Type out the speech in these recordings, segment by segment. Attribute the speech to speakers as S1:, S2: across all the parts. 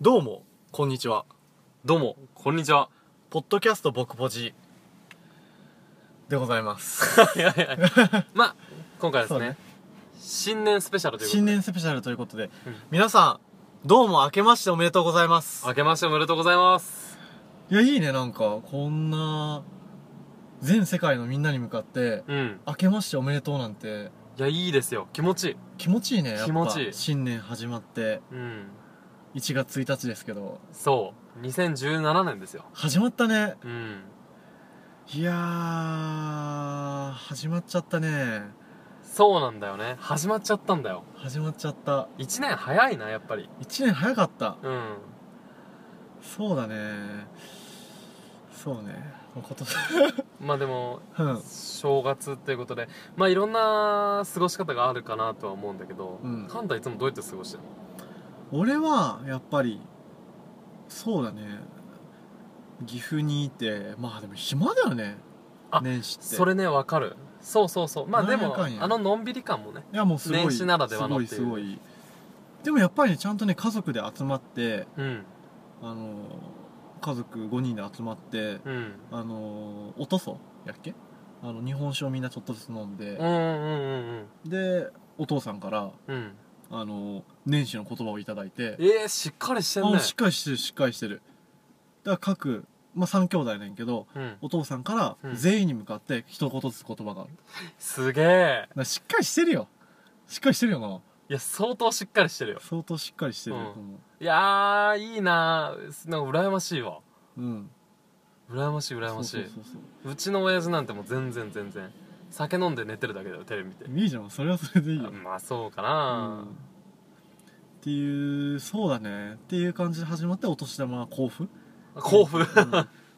S1: どうも、こんにちは。
S2: どうも、こんにちは。
S1: ポッドキャスト僕ポジでございます。
S2: いやいやいや まあ、今回はで
S1: そ
S2: すね
S1: うね
S2: 新年スペシャルということ で。
S1: 新年スペシャルということで
S2: うん、
S1: 皆さん、どうも明けましておめでとうございます。
S2: 明けましておめでとうございます。
S1: いや、いいね、なんか、こんな、全世界のみんなに向かって、
S2: うん。
S1: 明けましておめでとうなんて、
S2: いや、いいですよ。気持ちいい。
S1: 気持ちいいね、やっぱ。
S2: 気持ちいい
S1: 新年始まって、
S2: うん。
S1: 1月1日ですけど、
S2: そう。2017年ですよ。
S1: 始まったね。
S2: うん。
S1: いやー、始まっちゃったね。
S2: そうなんだよね。始まっちゃったんだよ。
S1: 始まっちゃった。
S2: 1年早いな、やっぱり。
S1: 1年早かった。
S2: うん。
S1: そうだねそうねもう今年
S2: まあでも、
S1: うん
S2: 正月っていうことで、まあいろんな過ごし方があるかなとは思うんだけど、
S1: うん
S2: カンタいつもどうやって過ごしてる の
S1: 俺はやっぱりそうだね岐阜にいてまあでも暇だよね
S2: あ
S1: 年始って
S2: それね、わかる。そうそうそう。まあ
S1: な
S2: で
S1: ん
S2: も、
S1: やかんや
S2: あののんびり感もね。
S1: いやもうすごい
S2: 年始ならではのっていう
S1: すごいすごいでもやっぱりねちゃんとね家族で集まって
S2: うん。
S1: あの家族5人で集まって
S2: うん。
S1: あのおとそやっけあの日本酒をみんなちょっとずつ飲んで
S2: うん、うんうん
S1: でお父さんから
S2: うんうん
S1: あの年始の言葉をいただいて
S2: えー、しっかりしてん
S1: あ
S2: ね
S1: しっかりしてるしっかりしてるだから各、まあ、3兄弟なんやけど
S2: うん
S1: お父さんか
S2: う
S1: ら
S2: ん
S1: 全員に向かって一言ずつ言葉がある、だか
S2: すげえ
S1: らしっかりしてるよしっかりしてるよない
S2: や相当しっかりしてるよ
S1: 相当しっかりしてる
S2: う
S1: と
S2: ん
S1: 思
S2: いやーいいなーなんか羨ましいわ
S1: ううん
S2: 羨ましい羨ましい
S1: そううそうそう
S2: ちの親父なんてもう全然全然酒飲んで寝てるだけだよテレビ見て
S1: そういいじゃんそれはそれでいい
S2: あ
S1: よ、
S2: まあそうか
S1: うん、
S2: な
S1: っ、ていうそうだねっていう感じで始まってお年玉は交付、
S2: 甲府
S1: うん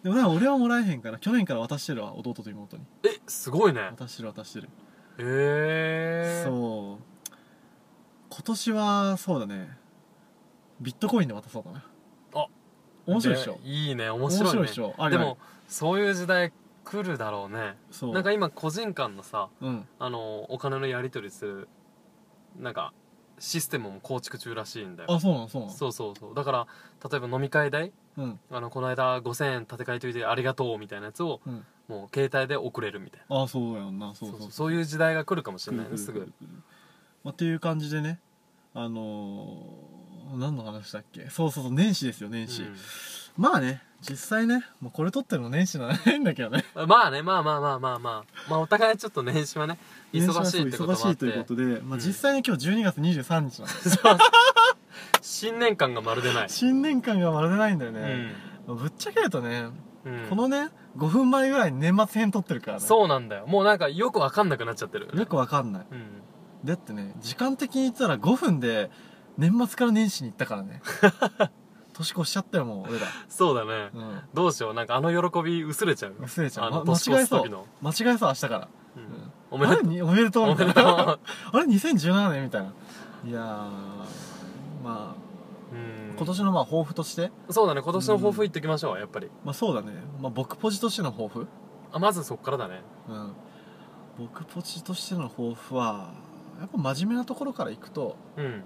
S1: でもなんか俺はもらえへんから去年から渡してるわ弟と妹に
S2: えすごいね
S1: 渡してる渡してる
S2: ええー、
S1: そう今年はそうだねビットコインで渡そうかな
S2: あ
S1: 面白いでしょ
S2: いいね面
S1: 面
S2: 白い,、ね、
S1: 白いでしょあれ
S2: でもそういう時代来るだろうね
S1: そう
S2: なんか今個人間のさ
S1: うん
S2: あのお金のやり取りするなんかシステムも構築中らしいんだよ
S1: あそうなのそうなの
S2: そうそうそうだから例えば飲み会代
S1: うん
S2: あのこの間5000円立て替えといてありがとうみたいなやつを
S1: うん
S2: もう携帯で送れるみたいな
S1: あそうやんなそうそうう
S2: そそ
S1: そうう
S2: そういう時代が来るかもしれない
S1: く
S2: ね
S1: る
S2: す
S1: くるく
S2: ぐ
S1: るくるまあっていう感じでねあのー何の話だっけそうそうそう年始ですよ年始、まあね実際ねもうこれ撮ってるの年始じゃないんだけどね
S2: うんまあねまあまあまあまあまあまあお互いちょっと年始はね 忙しいってこと
S1: 忙
S2: もあ
S1: し
S2: っ
S1: いという
S2: て
S1: ことで、まあ、
S2: うん
S1: 実際に今日12月23日なんです、
S2: 新年感がまるでない
S1: 新年感がまるでないんだよ
S2: う
S1: ね、
S2: ん
S1: ぶっちゃけるとね
S2: うん
S1: このね5分前ぐらいに年末編撮ってるからね
S2: そうなんだよもうなんかよくわかんなくなっちゃってる
S1: よくわかんない
S2: うん
S1: だってね時間的に言ったら5分で年末から年始に行ったから ね年越しちゃったよもう俺ら
S2: そうだね
S1: う
S2: どうしようなんかあの喜び薄れちゃうよ
S1: ん薄れちゃ
S2: あ
S1: う、
S2: の
S1: ま間
S2: 年越
S1: 違え
S2: す
S1: そう
S2: 時の
S1: 間違えそう明日から、
S2: う
S1: うんん
S2: おめ
S1: あ
S2: で
S1: れ
S2: とう
S1: におめでとう
S2: お
S1: みた
S2: めで
S1: い
S2: と
S1: な
S2: う
S1: あれ2017年みたいないやーまあ
S2: うん
S1: 今年のまあ抱負として、
S2: そうだね今年の抱負言ってきましょうやっぱり
S1: まあ、そうだね、まあ、僕ポジとしての抱負
S2: あまずそっからだね
S1: うん僕ポジとしての抱負はやっぱ真面目なところからいくと
S2: うん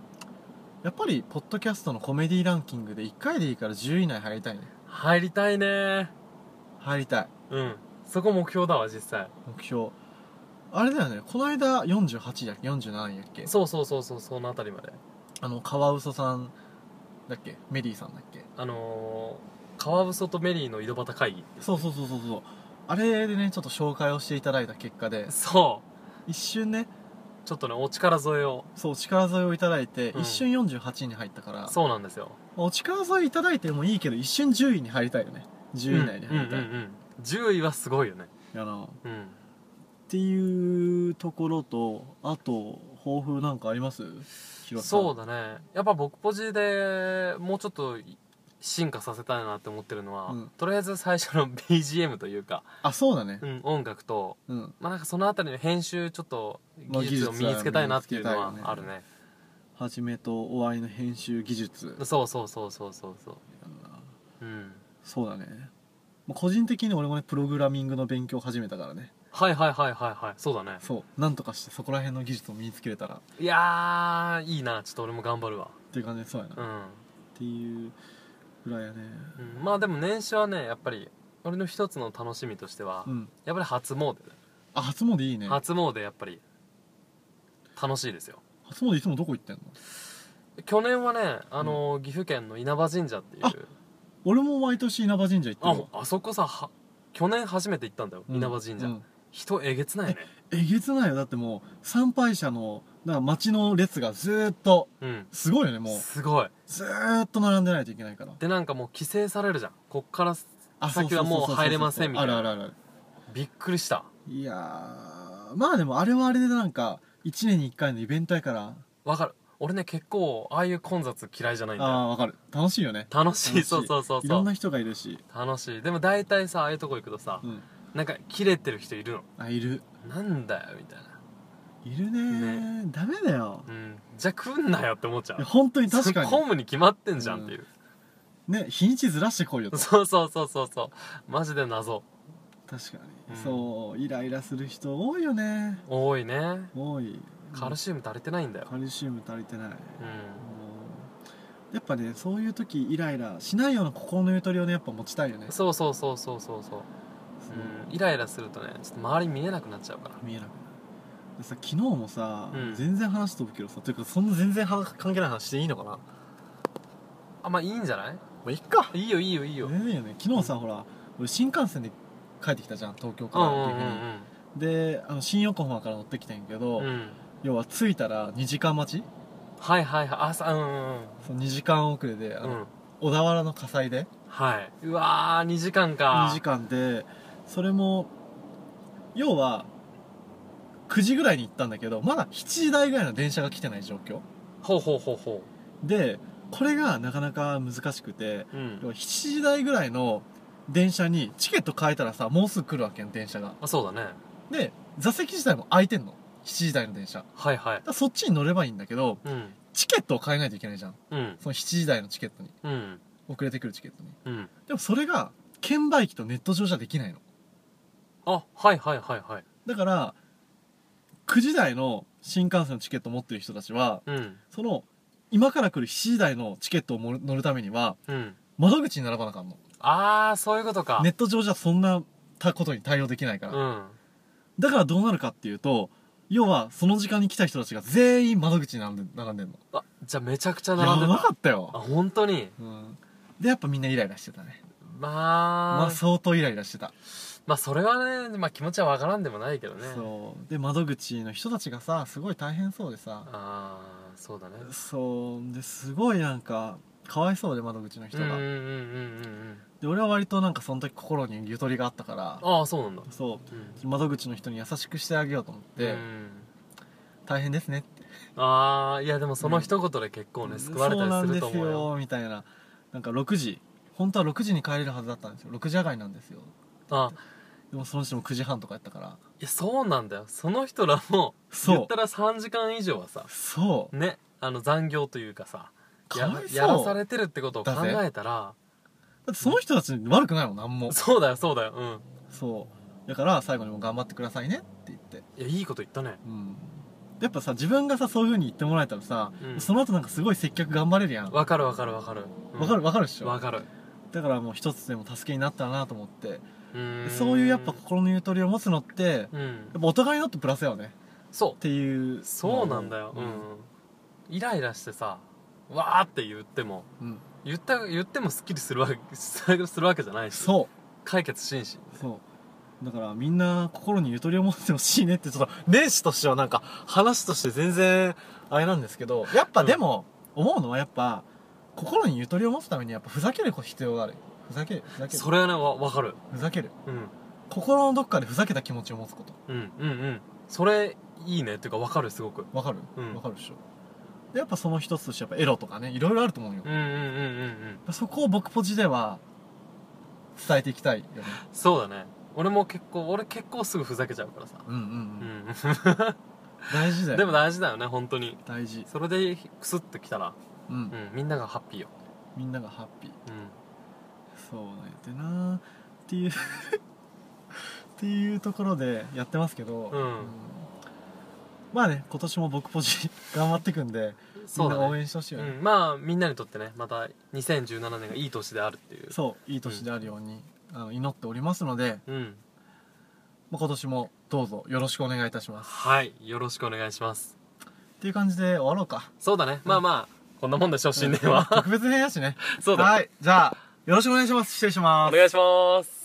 S1: やっぱりポッドキャストのコメディランキングで1回でいいから10位以内入りたいね
S2: 入りたいね
S1: 入りたい
S2: うんそこ目標だわ実際
S1: 目標あれだよねこの間48位だっけ47位だっけ
S2: そうそうそうそうそのあたりまで
S1: あのカワウソさんだっけメリーさんだっけ
S2: あのー、カワウソとメリーの井戸端会議
S1: そうそうそうそうそうあれでねちょっと紹介をしていただいた結果で
S2: そ
S1: 一瞬ね
S2: うちょっとねお力添えを
S1: そう力添えをいただいて、
S2: うん
S1: 一瞬48位に入ったから
S2: そうなんですよ
S1: お力添えいただいてもいいけど一瞬10位に入りたいよね10位以内に入りたい、
S2: うんうんうんうん、10位はすごいよね
S1: あの
S2: うん
S1: っていうところとあと抱負なんかあります
S2: そう
S1: う
S2: だねやっぱ僕ポジでもうちょっと進化させたいなって思ってるのは、
S1: うん
S2: とりあえず最初の BGM というか、
S1: あそうだね
S2: うん、音楽と、
S1: うん
S2: まあ、なんかそのあたりの編集ちょっと
S1: まあ
S2: 技術を
S1: 技
S2: 身
S1: 術は
S2: につけたいなっていうのは
S1: 身につけたい
S2: あ
S1: よ
S2: る
S1: ね
S2: ね
S1: 始めと終わりの編集技術
S2: そうそうそうそうそうそううん
S1: そうだねまあ個人的に俺もねプログラミングの勉強を始めたからね
S2: はいはいはいはいはいそうだね
S1: そうなんとかしてそこら辺の技術を身につけれたらっ
S2: いやーいいなちょっと俺も頑張るわ
S1: ていう感じでそうやな、
S2: うん
S1: っていうぐらいやね
S2: うんまあでも年始はねやっぱり俺の一つの楽しみとしては、
S1: うん
S2: やっぱり初詣、
S1: あ初詣いいね
S2: 初詣やっぱり楽しいですよ
S1: 初詣いつもどこ行ってんの
S2: 去年はねあのー、岐阜県の稲葉神社っていう
S1: あ俺も毎年稲葉神社行ってる
S2: あ
S1: わ
S2: あそこさは去年初めて行ったんだよ、
S1: うん
S2: 稲葉神社、
S1: うん
S2: 人えげつないね
S1: えげつないよだってもう参拝者のだから町の列がずーっと
S2: うん
S1: すごいよねもう
S2: すごい
S1: ずーっと並んでないといけないから
S2: でなんかもう規制されるじゃんこっから
S1: あ
S2: 先はもう入れませんみたいな
S1: あるあるある
S2: びっくりした
S1: いやーまあでもあれはあれでなんか1年に1回のイベントやから
S2: わかる俺ね結構ああいう混雑嫌いじゃないんだ
S1: あ
S2: よ
S1: あわかる楽しいよね
S2: 楽しい
S1: 楽しい
S2: そうそうそう
S1: い
S2: そ
S1: ろん
S2: う
S1: な人がいるし
S2: 楽しいでも大体さああいうとこ行くとさ、
S1: うん
S2: なんかキレてる人いるの
S1: あいる
S2: なんだよみたいない
S1: るねーダメだよ
S2: うんじゃあ来んなよって思っちゃ
S1: いや
S2: う
S1: 本当に確か
S2: ホ
S1: に
S2: ームに決まってんじゃんっていう、
S1: ね日にちずらしてこいよと
S2: そうそうそうそうそうマジで謎
S1: 確か
S2: うん
S1: にそうイライラする人多いよね
S2: 多いね
S1: 多い
S2: カルシウム足りてないんだよ
S1: カルシウム足りてないもう
S2: うん
S1: やっぱねそういう時イライラしないような心のゆとりをねやっぱ持ちたいよね
S2: そうそうそうそうそうそう、
S1: そう
S2: うん、イライラするとねちょっと周り見えなくなっちゃうから
S1: 見えなくなるでさ昨日もさ、
S2: うん
S1: 全然話飛ぶけどさというかそんな全然は関係ない話していいのかなも
S2: あまあいいんじゃないう
S1: いっか
S2: いいよいいよいいよ、
S1: 全然いいよね昨日さ、ほら俺新幹線で帰ってきたじゃん東京か
S2: うん
S1: ら
S2: う
S1: っ
S2: ん
S1: てい
S2: うん
S1: うふうにであの新横浜から乗ってきてんけど、
S2: うんうん
S1: 要は着いたら2時間待ち
S2: はいはいはい朝うんうん
S1: その2時間遅れであ
S2: う
S1: の
S2: ん、うん、
S1: 小田原の火災で
S2: はいうわー2時間か
S1: 2時間でそれも要は9時ぐらいに行ったんだけどまだ7時台ぐらいの電車が来てない状況
S2: ほうほうほうほ
S1: でこれがなかなか難しくて
S2: う、うん、
S1: 7時台ぐらいの電車にチケット変えたらさもうすぐ来るわけよ電車が
S2: あそうだね
S1: で座席自体も空いてんの7時台の電車だか
S2: はいはい
S1: らそっちに乗ればいいんだけど
S2: うん
S1: チケットを変えないといけないじゃん
S2: うん
S1: その7時台のチケットに
S2: うん
S1: 遅れてくるチケットに
S2: うん
S1: でもそれが券売機とネット上じゃできないの
S2: あはいはいはいはい
S1: だから9時台の新幹線のチケットを持ってる人たちは
S2: うん
S1: その今から来る7時台のチケットをも乗るためには
S2: うん
S1: 窓口に並ばなあかんの
S2: ああそういうことか
S1: ネット上じゃそんなたことに対応できないから、
S2: うん
S1: だからどうなるかっていうと要はその時間に来た人たちが全員窓口に並んで並んでんの
S2: あじゃあめちゃくちゃ
S1: や
S2: 並んで
S1: ば
S2: た
S1: かった
S2: あ
S1: よ、
S2: 本当に
S1: うん、でやっぱみんなイライラしてたねま
S2: まあ
S1: あ相当イライラしてた、
S2: まあそれはね、まあ、気持ちはわからんでもないけどね
S1: そうで窓口の人たちがさすごい大変そうでさ
S2: ああそうだね
S1: そうですごいなんかかわいそうで窓口の人
S2: うんうん
S1: が、
S2: うんうんうん
S1: で俺は割となんかその時心にゆとりがあったから
S2: ああそうなんだ
S1: そ
S2: うん
S1: う窓口の人に優しくしてあげようと思って、
S2: うん
S1: 大変ですねって
S2: ああいやでもその一言で結構ね、救われたりすると思う
S1: そう
S2: よ
S1: なんですよみたいななんか6時本当は6時に帰れるはずだったんですよ6時上がりなんですよ
S2: あ
S1: でもその人も9時半とかやったから
S2: いやそうなんだよその人らも
S1: そう
S2: 言ったら3時間以上はさ
S1: そう
S2: ねあの残業というかさや
S1: かわいそう
S2: やらされてるってことを考えたら
S1: だってその人たち悪くないもん何も
S2: そうだよそうだようん
S1: そうだから最後にも頑張ってくださいねって言って
S2: いやいいこと言ったね
S1: うんやっぱさ自分がさそういう風に言ってもらえたらさ、
S2: うん
S1: その後なんかすごい接客頑張れるやんわ
S2: わかるわかるわかるうん
S1: かるわかるでしょ
S2: わかる
S1: だからもう一つでも助けになったらなと思って
S2: うーん
S1: そういうやっぱ心のゆとりを持つのってや
S2: うん
S1: っぱお互いにとってプラスだよね
S2: そ
S1: っていう
S2: うそうなんだよ、うんイライラしてさわーって言っても
S1: うん
S2: 言った言ってもすっきりするわけするわけじゃないし
S1: そう
S2: 解決しんし
S1: そうだからみんな心にゆとりを持ってほしいねってちょっと年始としてはなんか話として全然あれなんですけどやっぱでも思うのはやっぱ心にゆとりを持つためにやっぱふざける必要があるふざけるふざける
S2: それはねわわかる、
S1: ふざける
S2: うん、
S1: 心のどっかでふざけた気持ちを持つこと
S2: うんうんうんそれいいねっていうかわかるすごく
S1: わかる
S2: うん
S1: わかるでしょでやっぱその一つとしてやっぱエロとかねいろいろあると思うよ
S2: うんうんうんうんうん
S1: そこを僕ポジでは伝えていきたいよね
S2: そうだね俺も結構俺結構すぐふざけちゃうからさ
S1: うんうん
S2: う
S1: うん
S2: ん
S1: 大事だよ
S2: でも大事だよね本当に
S1: 大事
S2: それでクスッときたら、
S1: うん
S2: うん、みんながハッピーよ、
S1: みんながハッピー
S2: うん、
S1: そうなんやってなっていう っていうところでやってますけど、
S2: うん
S1: まあね今年も僕ポジ頑張っていくんでみ
S2: そ
S1: ん
S2: うだ
S1: な
S2: ね
S1: 応援してほしいよね
S2: うん、まあみんなにとってねまた2017年がいい年であるっていう
S1: そういい年であるように、あの祈っておりますので、
S2: うん
S1: まあ、今年もどうぞよろしくお願いいたします
S2: はいよろしくお願いします
S1: っていう感じで終わろうか
S2: そうだねまあまあこんなもんでしょう新年は
S1: 特別編やしね
S2: そうだね
S1: はいじゃあよろしくお願いします失礼します
S2: お願いします